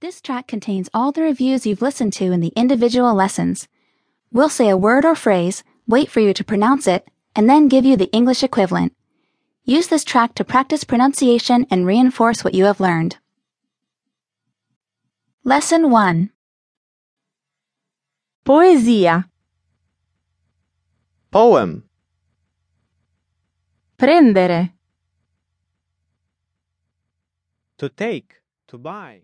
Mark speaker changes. Speaker 1: This track contains all the reviews you've listened to in the individual lessons. We'll say a word or phrase, wait for you to pronounce it, and then give you the English equivalent. Use this track to practice pronunciation and reinforce what you have learned. Lesson 1
Speaker 2: Poesia.
Speaker 3: Poem.
Speaker 2: Prendere.
Speaker 3: To take. To buy.